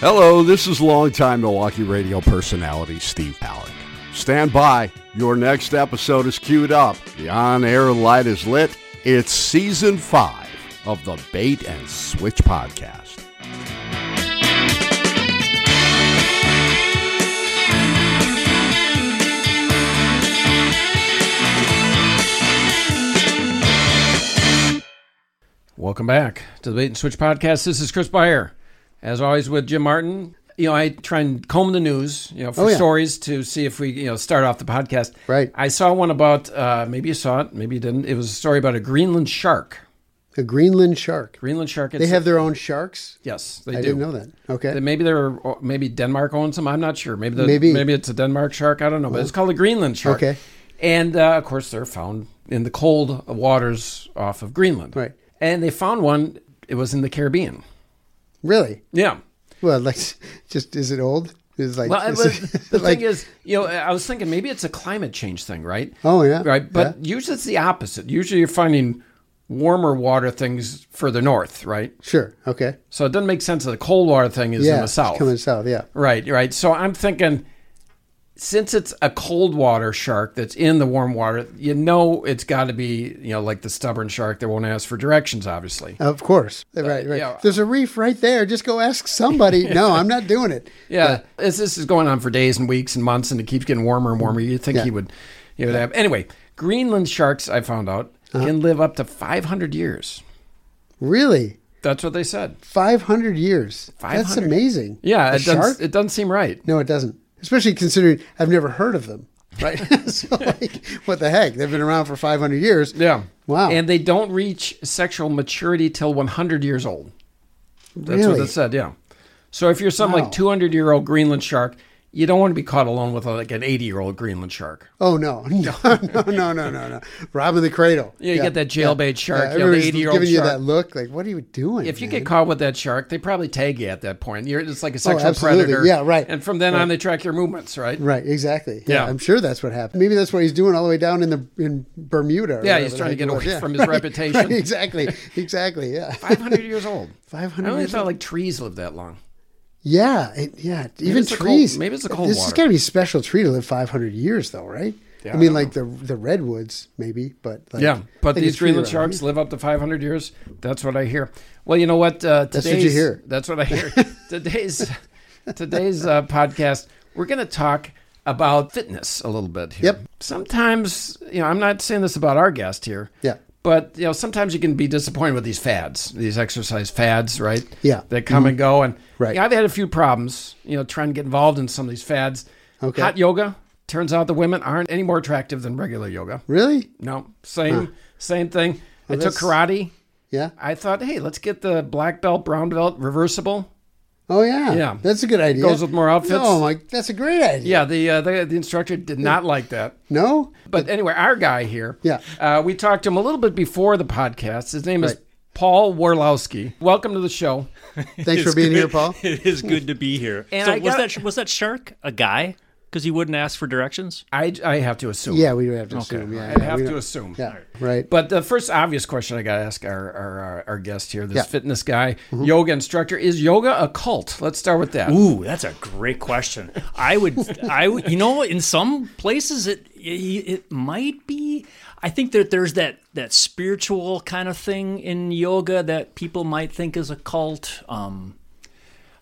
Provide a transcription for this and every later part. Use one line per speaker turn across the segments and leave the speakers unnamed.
Hello, this is longtime Milwaukee radio personality Steve Pallett. Stand by. Your next episode is queued up. The on air light is lit. It's season five of the Bait and Switch podcast.
Welcome back to the Bait and Switch podcast. This is Chris Beyer, as always with Jim Martin. You know, I try and comb the news, you know, for
Oh, yeah.
stories to see if we, you know, start off the podcast.
Right.
I saw one about uh, maybe you saw it, maybe you didn't. It was a story about a Greenland shark.
A Greenland shark.
Greenland shark.
They have their own sharks.
yes, they
I
do.
didn't know that.
That
Okay.
Maybe they're maybe Denmark owns them. I'm not sure. Maybe the, maybe
Maybe. Oh.
it's a Denmark shark. I don't know, but it's called a Greenland shark.
Okay.
and uh, of course they're found in the cold waters off of Greenland.
Right.
and they found one. It was in the Caribbean.
Really?
Yeah.
Well, like, just is it old? Is like,
Well, it
is
was,
it-
the
like-
thing is, you know, I was thinking maybe it's a climate change thing, right?
Oh, yeah.
Right. But usually it's the opposite. Usually you're finding warmer water things further north, right?
sure. Okay.
So it doesn't make sense that the cold water thing is
Yeah.
in the
it's
south.
Coming south. Yeah.
Right, right. So I'm thinking since it's a cold water shark that's in the warm water, you know it's got to be, you know, like the stubborn shark that won't ask for directions, obviously.
Of course. Right. Right.
yeah.
There's a reef right there. Just go ask somebody. no, I'm not doing it.
Yeah, as this is going on for days and weeks and months, and it keeps getting warmer and warmer. You think
Yeah. Uh-huh.
he would, he would have. Anyway, Greenland sharks, I found out, can live up to 500 years.
Really?
That's what they said.
500 years. That's
500?
amazing.
Yeah,
A
it doesn't,
shark?
it doesn't seem right.
No, it doesn't. Especially considering I've never heard of them. Right. so, like, what the heck? They've been around for 500 years.
Yeah.
Wow.
And they don't reach sexual maturity till 100 years old. That's what
Really?
it said, yeah. So if you're some
Wow.
like 200 year old Greenland shark, you don't want to be caught alone with like an 80 year old Greenland shark.
Oh no, no, no, no, no, no, no! Robbing the cradle.
Yeah, you get that jailbait shark, you know, the
everybody's
80-year-old
giving you
shark.
that look. Like, what are you doing?
If you
man?
get caught with that shark, they probably tag you at that point. You're just like a sexual
Oh, absolutely.
predator.
Yeah, right.
And from then on, they track your movements, right?
right, exactly.
Yeah.
I'm sure that's what happened. Maybe that's what he's doing all the way down in the in Bermuda. or
Yeah, he's
whatever
trying to
the heck
get
it
away
was. Yeah,
from his
right,
reputation.
right, exactly, exactly. Yeah,
500 years old.
five
I
hundred.
only thought like trees live that long.
yeah, it, yeah. even
it's the cold-
trees.
maybe it's the cold
This has
water.
got to be a special tree to live five hundred years, though, right?
Yeah,
I
I
mean,
don't
like the the redwoods, maybe, but like,
Yeah, but
like a
these
tree
Greenland
around.
sharks live up to 500 years. That's what I hear. Well, you know what? Uh,
what you
today's-
hear.
That's what I hear. today's today's uh, podcast, we're going to talk about fitness a little bit here.
Yep.
Sometimes, you know, I'm not saying this about our guest here.
Yeah.
But you know, sometimes you can be disappointed with these fads, these exercise fads, right?
Yeah. Mm-hmm.
That come and go, and
Right.
yeah, I've had a few problems, you know, trying to get involved in some of these fads.
Okay.
Hot yoga. Turns out the women aren't any more attractive than regular yoga.
Really?
No, same same thing. I took
that's-
karate.
Yeah.
I thought, hey, let's get the black belt, brown belt, reversible.
Oh yeah,
Yeah.
That's a good idea.
Goes with more outfits.
Oh my, that's a great idea.
Yeah, the uh, the, the instructor did not like that.
No,
But anyway, our guy here.
Yeah.
Uh, we talked to him a little bit before the podcast. His name is Paul Warlowski. Welcome to the show.
thanks for
It's
being
good-
here, Paul.
It is good to be here.
And
so
I
was
got-
that was that shark a guy? Because he wouldn't ask for directions.
I I have to assume.
Yeah, we have to assume. Yeah,
I
yeah,
have
we
to
don't-
assume.
Yeah, right.
But the first obvious question I got to ask our, our, our, our guest here, this
Yeah. Mm-hmm.
fitness guy, yoga instructor, is yoga a cult? Let's start with that.
Ooh, that's a great question. I would, I would, you know, in some places it it, it might be. I think that there's that that spiritual kind of thing in yoga that people might think is a cult. Um,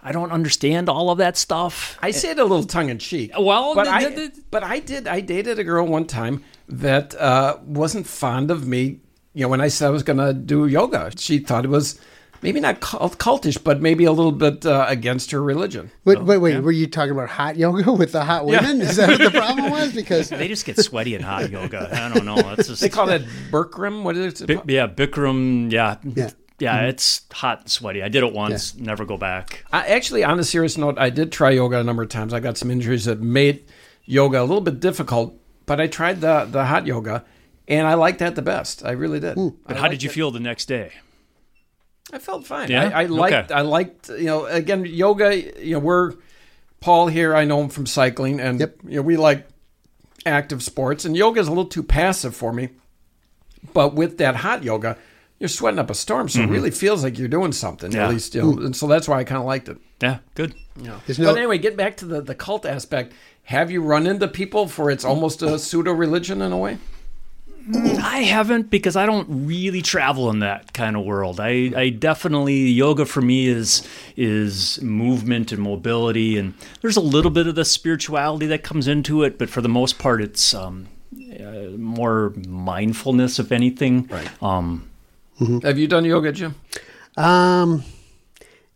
I don't understand all of that stuff.
I say it a little tongue in cheek.
Eh. Well,
but
the-
I
the- the-
but I did I dated a girl one time that uh, wasn't fond of me. You know, when I said I was going to do yoga, she thought it was maybe not cult- cultish, but maybe a little bit uh, against her religion.
Wait, wait, wait. Were you talking about hot yoga with the hot women? Is that what the problem was? Because
They just get sweaty in hot yoga. I don't know. It's just
They call that Berkram. What is it?
Bi- yeah, Bikram. Yeah,
Yeah.
Yeah, It's hot and sweaty. I did it once. Never go back.
I, actually, on a serious note, I did try yoga a number of times. I got some injuries that made yoga a little bit difficult, but I tried the the hot yoga, and I liked that the best. I really did.
But
I
how did you feel the next day?
I felt fine.
Yeah?
I, I liked.
Okay.
I liked. You know, again, yoga. You know, we're Paul here. I know him from cycling, and
Yep.
you know, we like active sports. And yoga is a little too passive for me. But with that hot yoga, you're sweating up a storm, so it really feels like you're doing something.
Mm-hmm. Yeah.
At least, you know, and so that's why I kind of liked it.
Yeah, good.
but
There's no,
anyway, get back to the, the cult aspect. Have you run into people for it's almost a pseudo religion in a way?
I haven't because I don't really travel in that kind of world. I, I definitely yoga for me is is movement and mobility, and there's a little bit of the spirituality that comes into it, but for the most part, it's um, uh, more mindfulness, if anything.
Right.
Um,
Have you done yoga, Jim?
um,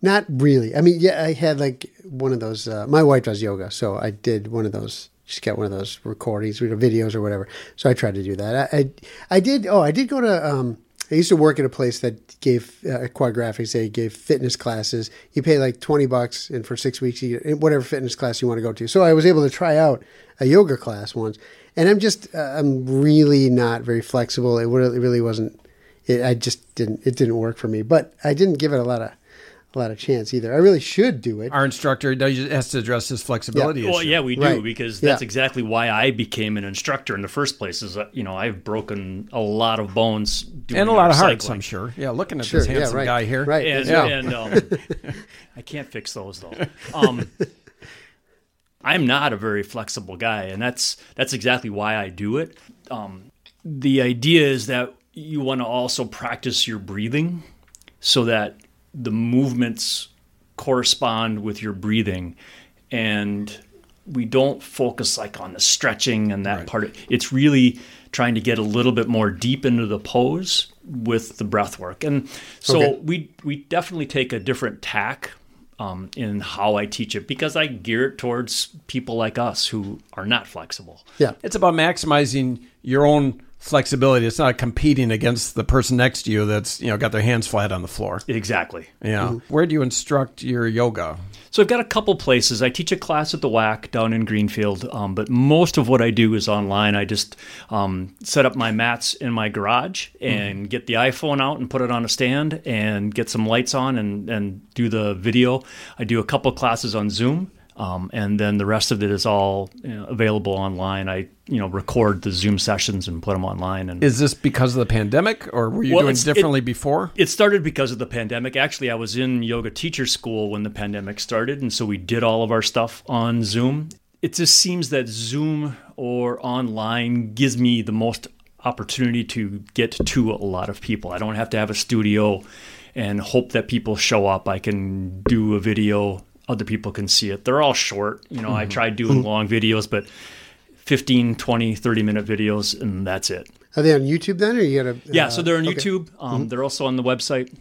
not really. I mean, yeah, I had like one of those. Uh, my wife does yoga, so I did one of those. She's got one of those recordings, you know, videos or whatever. So I tried to do that. I, I, I did. Oh, I did go to. Um, I used to work at a place that gave uh, quadgraphics. They gave fitness classes. You pay like twenty bucks, and for six weeks, you whatever fitness class you want to go to. So I was able to try out a yoga class once, and I'm just uh, I'm really not very flexible. It really, really wasn't it, I just didn't it didn't work for me. But I didn't give it a lot of a lot of chance either. I really should do it.
Our instructor does- has to address his flexibility
well,
issue.
yeah, we do
Right.
because
Yeah.
that's exactly why I became an instructor in the first place. Is that, you know I've broken a lot of bones doing
And a lot of
cycling.
hearts, I'm sure. Yeah, looking at
Sure,
this handsome
yeah, right,
guy here.
right.
and,
Yeah.
and um, I can't fix those though. Um, I'm not a very flexible guy, and that's that's exactly why I do it. Um, the idea is that you want to also practice your breathing, so that the movements correspond with your breathing, and we don't focus like on the stretching and that part. It's really trying to get a little bit more deep into the pose with the breath work, and so
Okay.
we we definitely take a different tack um, in how I teach it because I gear it towards people like us who are not flexible.
yeah.
It's about maximizing your own flexibility. It's not competing against the person next to you that's, you know, got their hands flat on the floor.
Exactly.
Yeah. Where do you instruct your yoga?
So I've got a couple places. I teach a class at the WAC down in Greenfield, um, but most of what I do is online. I just um, set up my mats in my garage and get the iPhone out and put it on a stand and get some lights on and, and do the video. I do a couple classes on Zoom. Um, and then the rest of it is all you know, available online. I, you know, record the Zoom sessions and put them online. And
Is this because of the pandemic or were you
Well,
doing
it's- it-
differently before?
it started because of the pandemic. Actually, I was in yoga teacher school when the pandemic started, and so we did all of our stuff on Zoom. It just seems that Zoom or online gives me the most opportunity to get to a lot of people. I don't have to have a studio and hope that people show up. I can do a video, other people can see it. They're all short. You know, I tried doing long videos, but 15, 20, 30 minute videos, and that's it.
Are they on YouTube then, or you uh, got to?
Yeah, so they're on YouTube. Um, They're also on the website,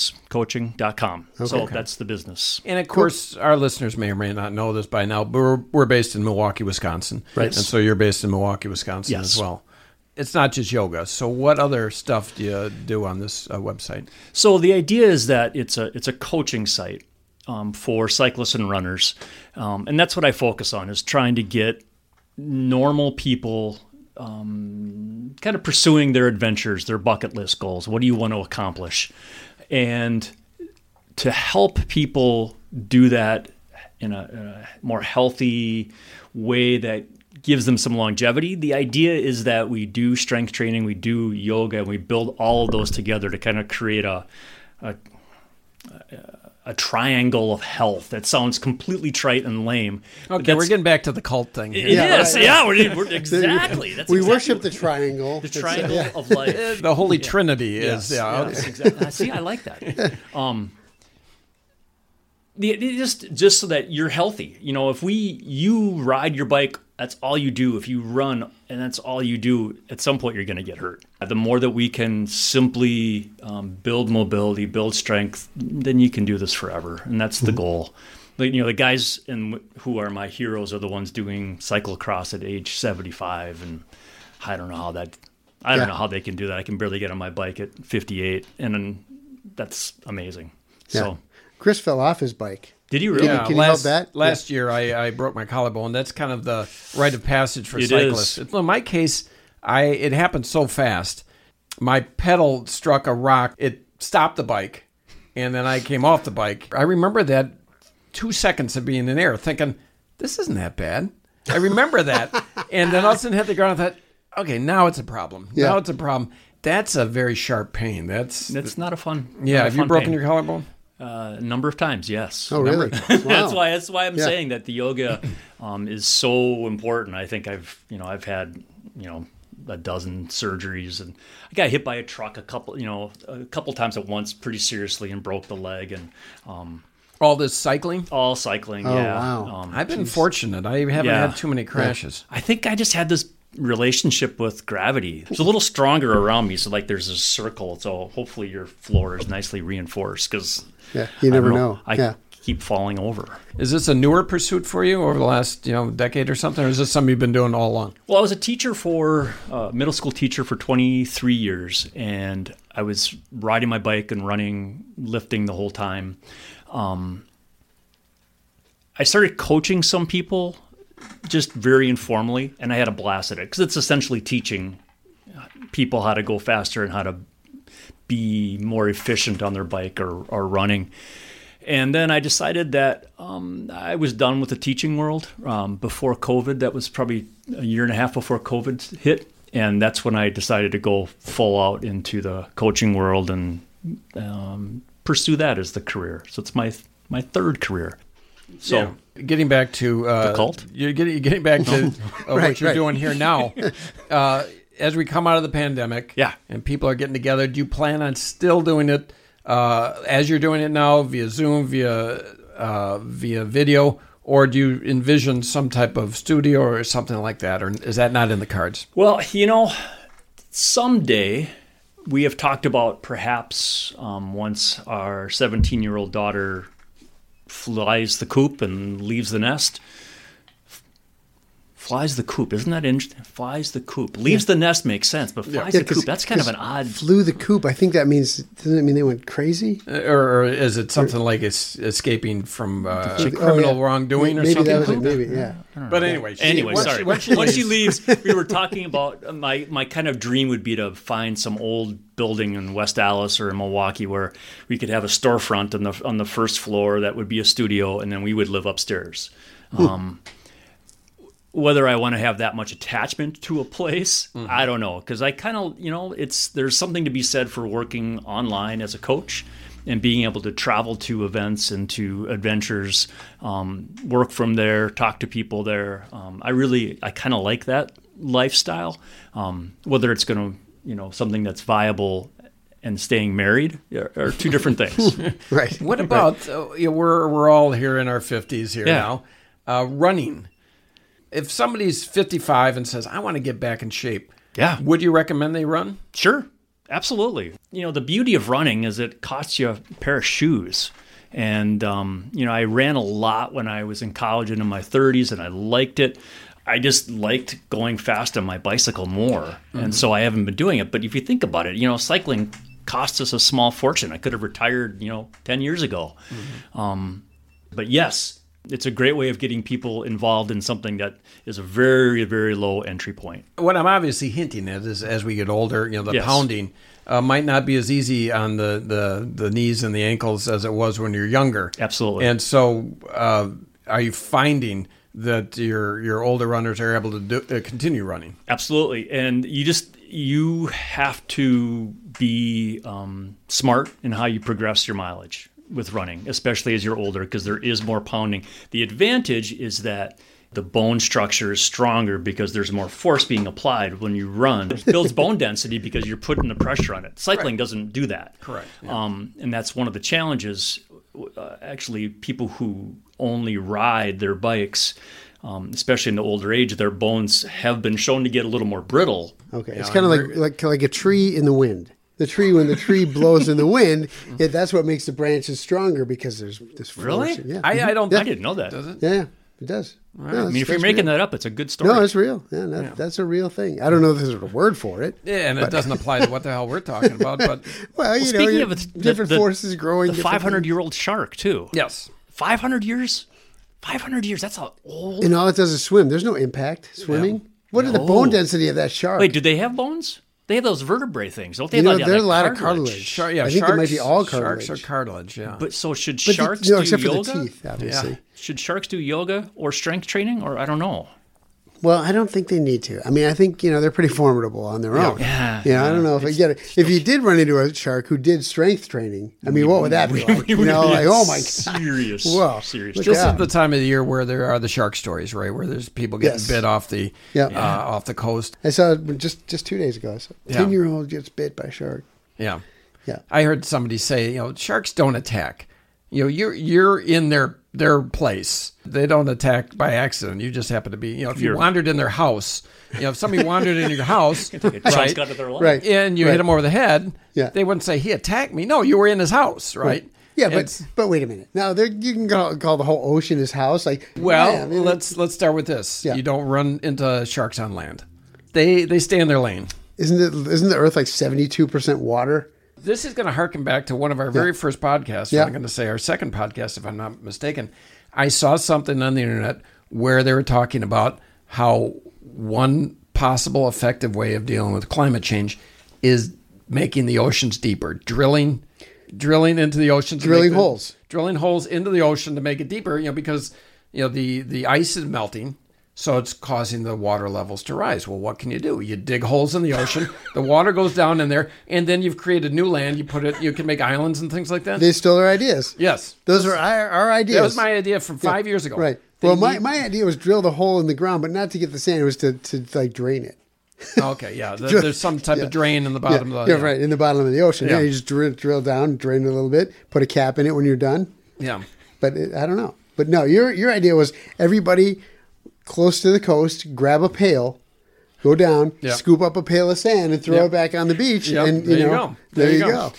simpleendуrancecoaching.com. So that's the business.
And of course, our listeners may or may not know this by now, but we're, we're based in Milwaukee, Wisconsin. Right. And so you're based in Milwaukee, Wisconsin
Yes.
as well. It's not just yoga. So, what other stuff do you do on this uh, website?
So the idea is that it's a it's a coaching site um, for cyclists and runners, um, and that's what I focus on is trying to get normal people um, kind of pursuing their adventures, their bucket list goals. What do you want to accomplish? And to help people do that in a, in a more healthy way that gives them some longevity. The idea is that we do strength training, we do yoga, and we build all of those together to kind of create a a, a triangle of health. That sounds completely trite and lame.
Okay, we're
but Uh, that's-
getting back to the cult thing here.
It
Yeah,
is,
right,
yeah, we're, we're- exactly. That's
we
exactly
worship
what-
the triangle.
the
It's- uh,
triangle
yeah.
of life.
The Holy Trinity
Yes,
is. Yeah, okay.
yes, exactly. See, I like that. Um, the, the- just just so that you're healthy. You know, if we you ride your bike, that's all you do. If you run and that's all you do, at some point you're going to get hurt. The more that we can simply um, build mobility, build strength, then you can do this forever, and that's the goal. Like, you know, the guys and who are my heroes are the ones doing cyclocross at age 75 and I don't know how that. I don't
Yeah.
know how they can do that. I can barely get on my bike at 58, and then that's amazing. So,
Chris fell off his bike.
did you really?
Yeah,
can you help
last,
that?
Last year, I, I broke my collarbone. That's kind of the rite of passage for
It
cyclists.
is.
In my case, I it happened so fast. My pedal struck a rock. It stopped the bike, and then I came off the bike. I remember that two seconds of being in air, thinking this isn't that bad. I remember that, and then all of a sudden hit the ground. I thought okay, now it's a problem.
Yeah.
Now it's a problem. That's a very sharp pain. That's,
That's not a fun.
yeah.
not a
Have you
fun
broken
pain.
your collarbone?
Uh, a number of times, yes.
Oh,
A number
really?
of
Wow.
that's why that's why I'm
Yeah.
saying that the yoga um, is so important. I think I've you know I've had you know a dozen surgeries and I got hit by a truck a couple you know a couple times at once pretty seriously and broke the leg and um,
All this cycling.
all cycling.
Oh,
yeah,
wow.
um,
I've been fortunate. I haven't
Yeah.
had too many crashes.
I think I just had this relationship with gravity. It's a little stronger around me, so like there's a circle. So hopefully your floor is nicely reinforced because
Yeah, you never know.
I
Yeah.
keep falling over.
Is this a newer pursuit for you over the last you know decade or something, or is this something you've been doing all along?
Well, I was a teacher for uh, middle school teacher for 23 years, and I was riding my bike and running, lifting the whole time. Um, I started coaching some people, just very informally, and I had a blast at it because it's essentially teaching uh, people how to go faster and how to be more efficient on their bike or, or running. And then I decided that um, I was done with the teaching world um, before COVID. That was probably a year and a half before COVID hit. And that's when I decided to go full out into the coaching world and um, pursue that as the career. So it's my my third career. So
Yeah. getting back to uh,
The cult?
you're getting, you're getting back to uh,
Right,
what you're
right.
doing here now. uh, as we come out of the pandemic,
Yeah.
and people are getting together, do you plan on still doing it uh, as you're doing it now via Zoom, via uh, via video, or do you envision some type of studio or something like that, or is that not in the cards?
Well, you know, someday we have talked about perhaps um, once our 17 year old daughter flies the coop and leaves the nest. F- Flies the coop, isn't that interesting? Flies the coop, leaves the nest makes sense, but flies
Yeah,
the
'cause-
coop. That's kind of
'cause
an odd.
Flew the coop. I think that means doesn't it mean they went crazy?
Uh, Or, or is it something like it's escaping from uh,
Oh,
criminal
yeah.
wrongdoing or
maybe
something?
That was it, maybe, yeah.
But anyway, she-
Hmm. Anyway,
once
sorry.
she-
Once
once
she,
she
leaves, we were talking about uh, my my kind of dream would be to find some old building in West Allis or in Milwaukee where we could have a storefront on the on the first floor that would be a studio, and then we would live upstairs. Um, whether I want to have that much attachment to a place, I don't know, because I kind of you know it's there's something to be said for working online as a coach. And being able to travel to events and to adventures, um, work from there, talk to people there. Um, I really, I kind of like that lifestyle. Um, whether it's going to, you know, something that's viable and staying married are, are two different things.
Right.
What about uh, you know, we're we're all here in our fifties here
Yeah.
now, uh, running. If somebody's fifty five and says, "I want to get back in shape,"
Yeah.
would you recommend they run?
Sure, absolutely. You know, the beauty of running is it costs you a pair of shoes. And, um, you know, I ran a lot when I was in college and in my 30s, and I liked it. I just liked going fast on my bicycle more. And so I haven't been doing it. But if you think about it, you know, cycling cost us a small fortune. I could have retired, you know, 10 years ago. Um, but yes, it's a great way of getting people involved in something that is a very, very low entry point.
What I'm obviously hinting at is, as we get older, you know, the
Yes.
pounding uh, might not be as easy on the, the the knees and the ankles as it was when you're younger.
Absolutely.
And so, uh, are you finding that your your older runners are able to do, uh, continue running?
Absolutely, and you just you have to be um, smart in how you progress your mileage with running, especially as you're older, because there is more pounding. The advantage is that the bone structure is stronger because there's more force being applied when you run. It builds bone density because you're putting the pressure on it. Cycling doesn't do that.
Correct,
Um, and that's one of the challenges. Uh, actually, people who only ride their bikes, um, especially in the older age, their bones have been shown to get a little more brittle.
Okay, it's kind of like like like a tree in the wind. The tree when the tree blows in the wind, it, that's what makes the branches stronger because there's this force.
Really?
Oh, Yeah.
I, uh, I don't.
I
think
didn't know that.
it?
yeah, yeah, it does. No,
I
that's-
mean, if you're
that's
making
real.
that up, it's a good story.
no, it's real. Yeah, that, that's a real thing. I don't know if there's a word for it.
Yeah, and it doesn't apply to what the hell we're talking about. But
Well, you know,
speaking
you-
of it's- the-
different
the-
forces growing.
the
different
500 year old shark too.
yes,
500 years. 500 years. That's how old.
And all it does is swim. There's no impact swimming. What are the bone density of that shark?
Wait, do they have bones? They have those vertebrae things, don't they?
you
have
know,
like-
there's
like
a lot of cartilage.
Shark, yeah,
I think
sharks,
there might be all
Sharks
cartilage.
are cartilage, yeah.
But so should
But the-
sharks
no,
do
except for
yoga?
the teeth, obviously.
Should sharks do yoga or strength training or I don't know.
Well, I don't think they need to. I mean, I think you know they're pretty formidable on their own.
Yeah,
You know, I don't know if I get it. If you did run into a shark who did strength training, I mean, what would that be? Like? You know, like oh my god.
serious,
Whoa.
serious.
Look
joke.
This
Yeah.
is the time of the year where there are the shark stories, right? Where there's people getting
Yes.
bit off the
Yeah.
uh, off the coast.
I saw it just just two days ago. I saw
Yeah.
ten year old gets bit by a shark.
Yeah,
Yeah.
I heard somebody say, you know, sharks don't attack. You know, you're you're in their their place. They don't attack by accident. You just happen to be. You know, if you
You're-
wandered in their house, you know, if somebody wandered into your house, right,
out of their life.
Right.
and you
Right.
hit them over the head,
Yeah.
they wouldn't say he attacked me. No, you were in his house, right?
Yeah, but
It's-
but wait a minute. Now there you can call, call the whole ocean his house. Like
Well,
yeah, I mean,
let's let's start with this.
Yeah.
You don't run into sharks on land. They they stay in their lane.
isn't it isn't the Earth like seventy two percent water?
This is going to harken back to one of our very first podcasts.
Yeah.
I'm going to say our second podcast, if I'm not mistaken. I saw something on the internet where they were talking about how one possible effective way of dealing with climate change is making the oceans deeper, drilling, drilling into the oceans, to make
Drilling
the-
holes.
drilling holes into the ocean to make it deeper. You know because you know the the ice is melting. So it's causing the water levels to rise. Well, what can you do? You dig holes in the ocean, the water goes down in there, and then you've created new land. You put it, you can make islands and things like that.
They stole our ideas.
yes,
Those are our, our ideas.
that was my idea from five years ago.
Right.
They
well, my,
need-
my idea was drill the hole in the ground, but not to get the sand. It was to, to like drain it.
okay, yeah, there- there's some type
Yeah.
of drain in the
Yeah,
bottom of the
yeah, right in the bottom of the ocean. Yeah,
Yeah.
you just drill, drill down, drain it a little bit, put a cap in it when you're done.
Yeah,
But it, I don't know. But no, your your idea was everybody close to the coast, grab a pail, go down,
Yeah.
scoop up a pail of sand, and throw
Yeah.
it back on the beach.
Yep,
and you
there you
know,
go.
there, you go.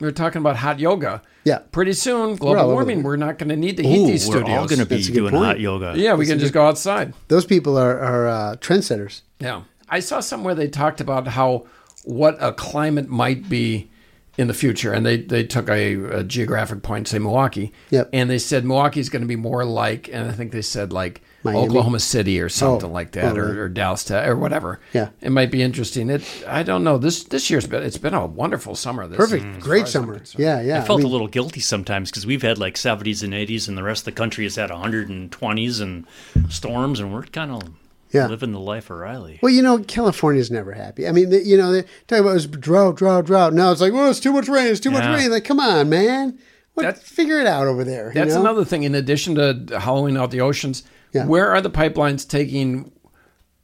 We were talking about hot yoga.
Yeah.
Pretty soon,
all
global
over
warming.
the-
We're not going to need to heat
Ooh,
these
we're
studios.
all going to be
That's a good
doing
point.
hot yoga.
Yeah, we can just go outside.
Those people are are uh, trendsetters.
Yeah. I saw somewhere they talked about how what a climate might be in the future. And they, they took a, a geographic point, say Milwaukee.
Yep.
And they said Milwaukee's going to be more like, and I think they said like
Miami?
Oklahoma City or something
Oh.
like that,
Oh,
or,
right.
or Dallas Te- or whatever.
Yeah.
It might be interesting. It I don't know. This this year's been, it's been a wonderful summer. This
Perfect,
as far
great
as I'm
summer.
concerned.
Yeah, yeah.
I felt
mean,
a little guilty sometimes because we've had like 70s and 80s, and the rest of the country has had 120s and storms, and we're kind of
Yeah.
living the life of Riley.
Well, you know, California's never happy. I mean, the, you know, they talk about it was drought, drought, drought. Now it's like, well, it's too much rain. It's too
Yeah.
much rain. Like, come on, man. What,
That's-
figure it out over there. you
That's
know?
another thing. In addition to hollowing out the oceans,
Yeah.
where are the pipelines taking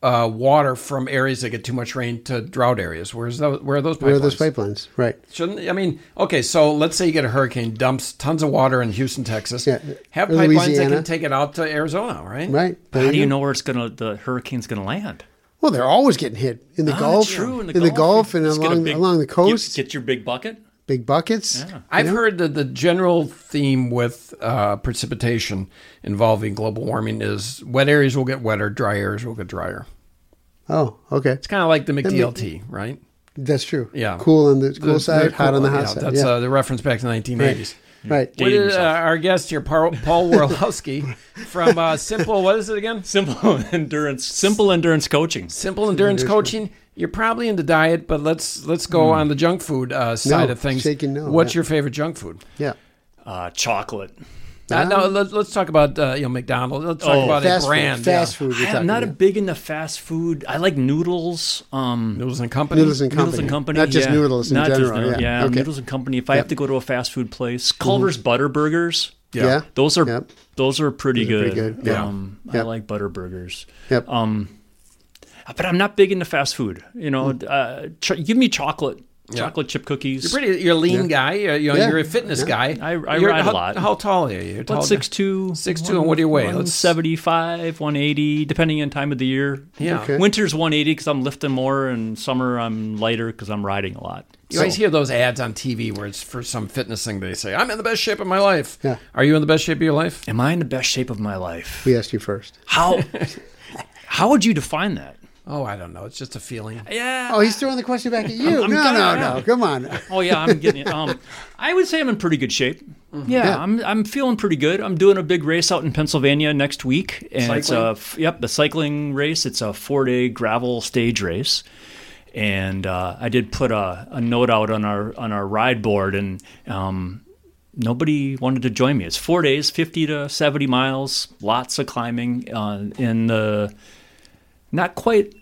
uh, water from areas that get too much rain to drought areas? Where's those, where are those pipelines?
Where are those pipelines? Right.
Shouldn't I mean? Okay, so let's say you get a hurricane, dumps tons of water in Houston, Texas.
Yeah,
Have
or
pipelines that
Louisiana.
can take it out to Arizona, right?
Right.
How do you
go.
know where it's gonna the hurricane's gonna land?
Well, they're always getting hit in the
Ah,
Gulf,
true, in the
Gulf,
Gulf,
and
Just get a
along
big-
along the coast.
Get, get your big bucket.
big buckets.
I've heard that the general theme with uh, precipitation involving global warming is wet areas will get wetter, dry areas will get drier.
Oh, okay.
It's kind of like the McDLT, right?
That's true.
Yeah.
Cool on the cool
The-
side,
the
hot on the
cool-
hot
yeah,
side.
That's
yeah.
uh, the reference back to the 1980s.
right.
What
Dating
is, uh,
yourself.
our guest here, Paul, Paul Warlowski from uh, Simple, what is it again?
Simple endurance. Simple endurance coaching.
Simple endurance coaching. You're probably into diet, but let's let's go on the junk food uh, side of things.
Hmm. shaking no,
What's
yeah.
your favorite junk food?
Yeah.
Uh, chocolate.
Uh, no, let, let's talk about uh, you know McDonald's. Let's talk
Oh.
about
Fast
a brand.
food. Fast food. We're
I am
talking
not a
about.
big into fast food. I like noodles. Um,
Noodles and Company.
Noodles and company.
Noodles and Company,
Not just
yeah.
noodles in
Not just
general.
noodle-
yeah.
yeah,
Okay. Mm-hmm.
noodles and company. If I have to go to a fast food place, Culver's Butter Burgers.
Yeah. Yeah.
those are
Yep.
those are pretty
Those are
good.
pretty good, yeah.
Um, I
Yep.
like butter burgers,
Yep.
but I'm not big into fast food. You know,
Mm.
uh, ch- give me chocolate, chocolate chip cookies.
You're pretty. You're a lean guy. You're, you know,
Yeah.
you're a fitness guy.
I- I
You're-
ride a
how,
lot.
How tall are you? You're tall.
About six two,
Six two, and what do you weigh?
One
Let's-
seventy five, one eighty, depending on time of the year.
Yeah. Okay.
winter's one eighty because I'm lifting more, and summer I'm lighter because I'm riding a lot.
You always hear those ads on TV where it's for some fitness thing. They say, "I'm in the best shape of my life."
Yeah.
Are you in the best shape of your life?
Am I in the best shape of my life?
We asked you first.
How? how would you define that?
Oh, I don't know. It's just a feeling.
Yeah.
Oh, he's throwing the question back at you.
I'm
no,
kinda-
no,
yeah.
no. Come on.
Oh yeah, I'm getting it. Um, I would say I'm in pretty good shape. Yeah, I'm I'm feeling pretty good. I'm doing a big race out in Pennsylvania next week, and it's a f- yep the cycling race. It's a four day gravel stage race, and uh, I did put a, a note out on our on our ride board, and um, nobody wanted to join me. It's four days, fifty to seventy miles, lots of climbing uh, in the not quite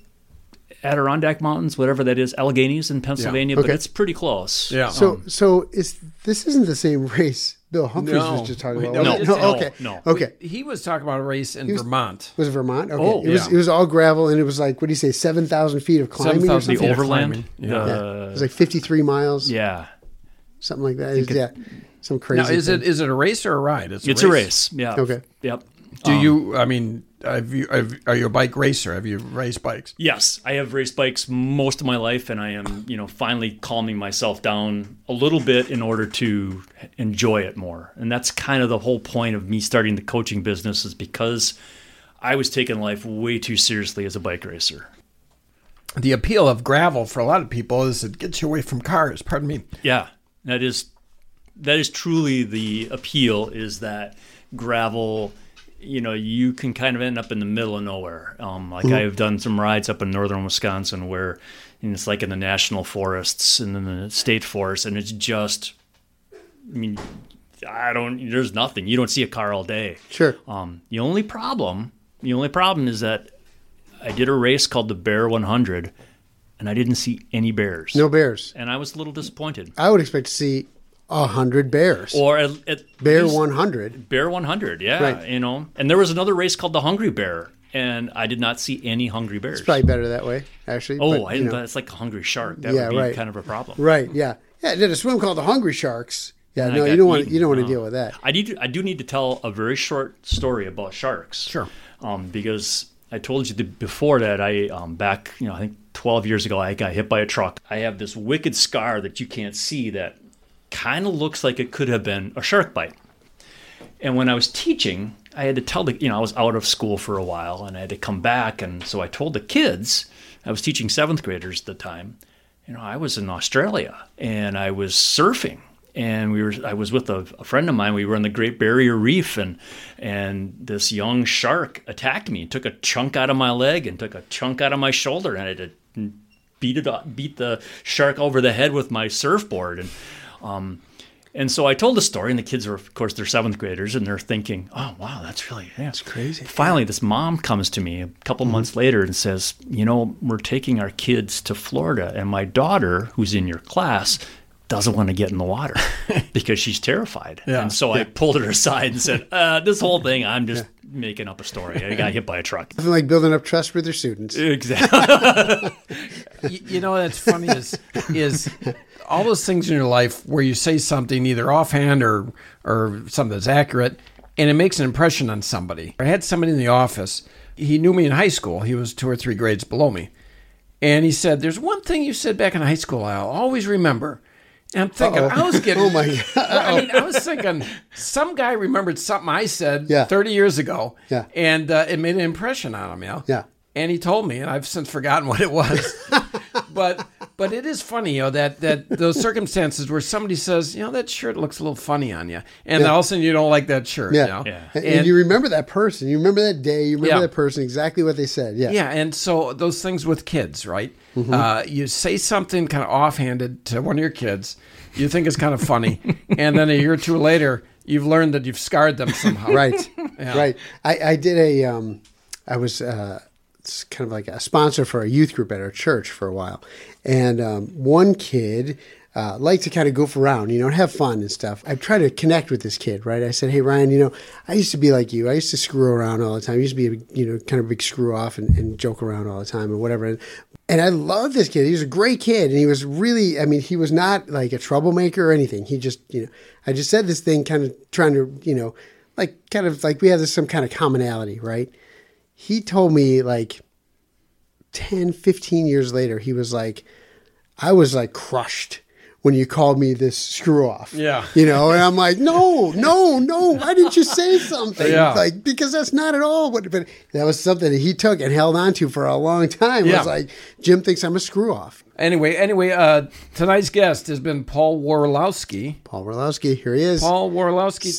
Adirondack Mountains, whatever that is, Alleghenies in Pennsylvania, but
Okay.
it's pretty close.
Yeah. Um,
So,
Um,
so is this isn't the same race Bill Humphries
No.
was just talking about?
No,
was it?
no,
okay,
no.
okay.
he was talking about a race in Vermont.
Was it Vermont? Okay,
Oh,
it was.
yeah.
It was all gravel, and it was like what do you say, seven thousand feet of climbing
7,000
or something?
The
feet of
overland.
climbing. Yeah.
Yeah.
the-
it was like fifty-three miles,
Uh, yeah.
something like that. It was- yeah, some crazy.
Now, is
thing.
it is it a race or a ride? It's a
It's a race. Yeah.
Okay.
Yep.
Do you? I mean, have you? Have, are you a bike racer? Have you raced bikes?
Yes, I have raced bikes most of my life, and I am, you know, finally calming myself down a little bit in order to enjoy it more. And that's kind of the whole point of me starting the coaching business is because I was taking life way too seriously as a bike racer.
The appeal of gravel for a lot of people is it gets you away from cars. Pardon me.
Yeah, that is that is truly the appeal is that gravel. You know, you can kind of end up in the middle of nowhere. Um, like I've done some rides up in northern Wisconsin where and it's like in the national forests and then the state forests, and it's just. I mean, I don't. There's nothing. You don't see a car all day.
Sure.
Um, the only problem, the only problem is that I did a race called the Bear 100, and I didn't see any bears.
No bears.
And I was a little disappointed
I would expect to see a hundred bears.
or at, at
Bear
least-
one hundred.
bear 100 yeah
Right.
you know and there was another race called the hungry bear and i did not see any hungry bears
Probably better that way, actually.
oh
but,
I
you
didn't-
know.
that's like a hungry shark that
Yeah,
would be
right.
kind of a problem
Right. Yeah. Yeah. I did a swim called the Hungry Sharks. Yeah.
And I
no, you
got
don't want
eaten.
you don't want to
No.
deal with that.
I do. I do need to tell a very short story about sharks.
Sure.
Um, because I told you the, before that I um, back you know I think 12 years ago I got hit by a truck. I have this wicked scar that you can't see that kind of looks like it could have been a shark bite. And when I was teaching, I had to tell the you know I was out of school for a while and I had to come back and so I told the kids I was teaching seventh graders at the time you know, I was in Australia and I was surfing and we were I was with a, a friend of mine. We were on the Great Barrier Reef and and this young shark attacked me, took a chunk out of my leg and took a chunk out of my shoulder and I had to beat it up, beat the shark over the head with my surfboard and um and so I told the story, and the kids are, of course, they're seventh graders, and they're thinking, "Oh, wow, that's really yeah, it's
crazy.
Finally, this mom comes to me a couple months later and says, "You know, we're taking our kids to Florida, and my daughter, who's in your class, doesn't want to get in the water because she's terrified."
Yeah.
And so I pulled her aside and said, uh, "This whole thing, I'm just making up a story. I got hit by a truck."
Nothing like building up trust with your students.
Uh, Exactly.
you, you know that's funny is is all those things in your life where you say something either offhand or or something that's accurate and it makes an impression on somebody i had somebody in the office he knew me in high school he was two or three grades below me and he said there's one thing you said back in high school i'll always remember and i'm thinking i was getting
Oh my God.
i mean i was thinking some guy remembered something i said
Yeah.
30 years ago
Yeah.
and uh, it made an impression on him you know?
Yeah.
and he told me, and I've since forgotten what it was. but but it is funny, you know, that that those circumstances where somebody says, you know, that shirt looks a little funny on you, and all of a sudden you don't like that shirt.
Yeah.
You know?
And,
Yeah.
and you remember that person. You remember that day. You remember
Yeah.
that person exactly what they said. Yeah.
yeah, and so those things with kids, right?
Mm-hmm.
Uh, you say something kind of offhanded to one of your kids, you think it's kind of funny, and then a year or two later, you've learned that you've scarred them somehow.
Right. Right. I, I did a um I was uh it's kind of like a sponsor for a youth group at our church for a while. And um, one kid uh, liked to kind of goof around, you know, and have fun and stuff. I tried to connect with this kid, right? I said, Hey, Ryan, you know, I used to be like you. I used to screw around all the time. I used to be, a, you know, kind of a big screw off and, and joke around all the time and whatever. And I love this kid. He was a great kid, and he was really. I mean, he was not like a troublemaker or anything. He just, you know, I just said this thing, kind of trying to, you know, like kind of like we have this some kind of commonality, right? He told me like 10, 15 years later, he was like, I was like crushed when you called me this screw off.
Yeah.
You know, and I'm like, no, no, no. Why didn't you say something?
Yeah.
Like, because that's not at all what, but that was something that he took and held on to for a long time. It
Yeah.
was like, Jim thinks I'm a screw off.
Anyway, anyway, uh, tonight's guest has been Paul Warlowski.
Paul Orlowski, here he is.
Paul Warlowski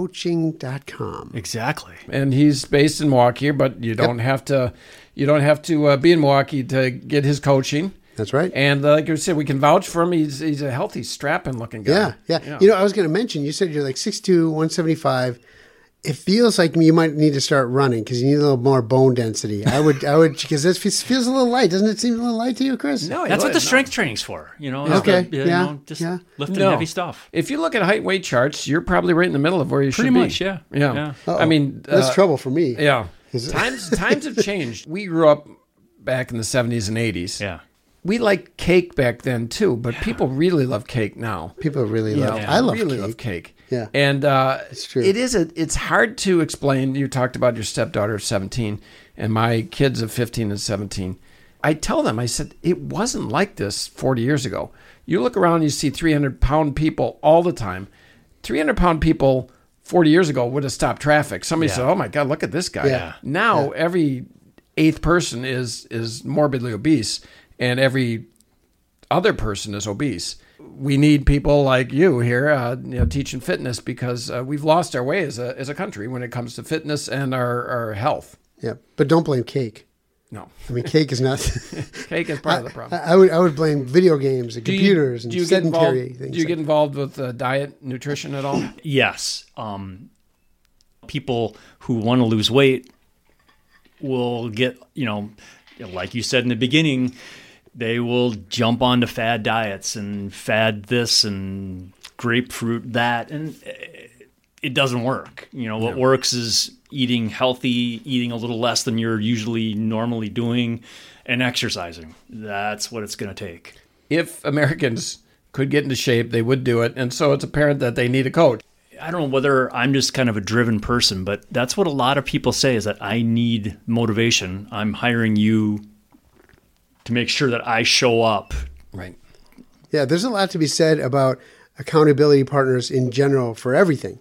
SimpleEnduranceCoaching.com.
exactly.
and he's based in Milwaukee. But you don't have to, you don't have to uh, be in Milwaukee to get his coaching.
That's right.
And uh, like you said, we can vouch for him. He's he's a healthy, strapping looking guy.
Yeah, yeah. You know, I was going to mention, you said you're like 6'2, 175. it feels like you might need to start running because you need a little more bone density. I would, I would, because this feels, feels a little light. Doesn't it seem a little light to you, Chris?
No, I
That's
love-
what the
no.
strength training's for. You know, is
Okay,
the, you
yeah,
know, just
yeah.
lifting
No.
heavy stuff.
If you look at height weight charts, you're probably right in the middle of where you
Pretty
should be.
much, yeah.
Yeah.
Yeah.
I mean,
that's
uh,
trouble for me.
Yeah.
Is it-
Times times have changed. We grew up back in the 70s and 80s.
Yeah.
We liked cake back then too, but people really love cake now.
People really love.
Yeah,
I love
really
cake.
love cake.
Yeah.
and uh, it's
true.
It is a. It's hard to explain. You talked about your stepdaughter of seventeen, and my kids of fifteen and seventeen. I tell them, I said, it wasn't like this forty years ago. You look around, and you see three hundred pound people all the time. Three hundred pound people forty years ago would have stopped traffic. Somebody said, "Oh my God, look at this guy."
Yeah.
Now every eighth person is is morbidly obese, and every other person is obese. We need people like you here, uh, you know, teaching fitness because uh, we've lost our way as a as a country when it comes to fitness and our, our health.
Yeah, but don't blame cake.
No,
I mean, cake is not.
cake is part of the problem.
I, I would, I would blame video games and
Do you-
Uh, computers and
do you get involved-
sedentary things.
Do you
like-
get involved with uh, diet, nutrition at all?
Yes. Um, people who want to lose weight will get, you know, like you said in the beginning, they will jump onto fad diets and fad this and grapefruit that. And it doesn't work. You know, what works is eating healthy, eating a little less than you're usually normally doing, and exercising. That's what it's going to take.
if Americans could get into shape, they would do it, and so it's apparent that they need a coach.
I don't know whether I'm just kind of a driven person, but that's what a lot of people say is that I need motivation. I'm hiring you to make sure that I show up.
Right.
Yeah, there's a lot to be said about accountability partners in general for everything.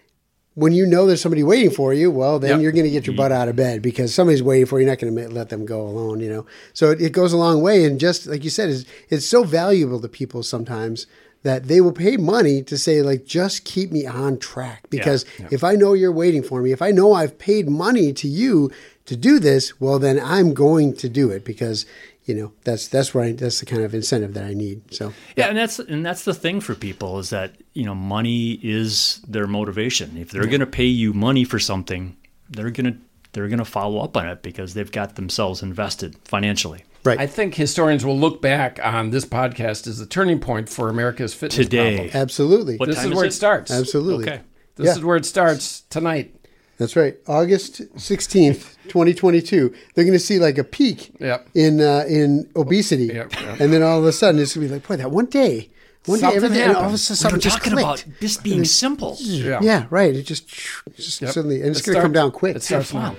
When you know there's somebody waiting for you, well, then
Yep.
you're going to get your butt out of bed because somebody's waiting for you. You're not going to let them go alone, you know. So it, it goes a long way, and just like you said, it's, it's so valuable to people sometimes that they will pay money to say like, just keep me on track because if I know you're waiting for me, if I know I've paid money to you to do this, well, then I'm going to do it because you know that's that's right. That's the kind of incentive that I need. So.
Yeah, and that's and that's the thing for people is that, you know, money is their motivation. If they're going to pay you money for something, they're going to they're going to follow up on it because they've got themselves invested financially.
Right.
I think historians will look back on this podcast as the turning point for America's fitness
Today.
problem.
Absolutely.
What
This
time
is
is
where
it?
it starts.
Absolutely.
Okay.
This
Yeah.
is where it starts tonight.
That's right. August 16th, 2022. They're going to see like a peak
Yep.
in uh, in obesity.
Yep, yep.
And then all of a sudden it's going to be like, boy, that one day. One
Something
day everything and all of a
happened.
sudden
We
something
We're
just
talking about
clicked.
this being simple.
Yeah.
Yeah, right. It just, just
Yep.
suddenly and it's
It
going to come
starts-
down quick.
It starts now.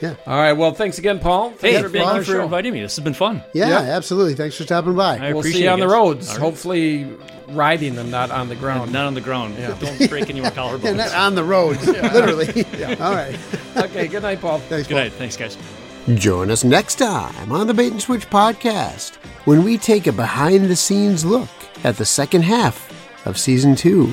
Yeah.
All right. Well, thanks again, Paul. Thanks
Hey,
for
thank
being on
you
the
for
show.
inviting me. This has been fun.
Yeah,
Yeah.
absolutely. Thanks for stopping by.
I
We'll
appreciate
see you
it,
on the
guys.
roads.
All right.
Hopefully, riding them, not on the ground.
Not on the ground. Don't break any more collarbones.
and that on the road, literally. All right.
okay. Good night, Paul.
Thanks,
Good night. Thanks, guys.
Join us next time on the Bait and Switch podcast when we take a behind the scenes look at the second half of season two.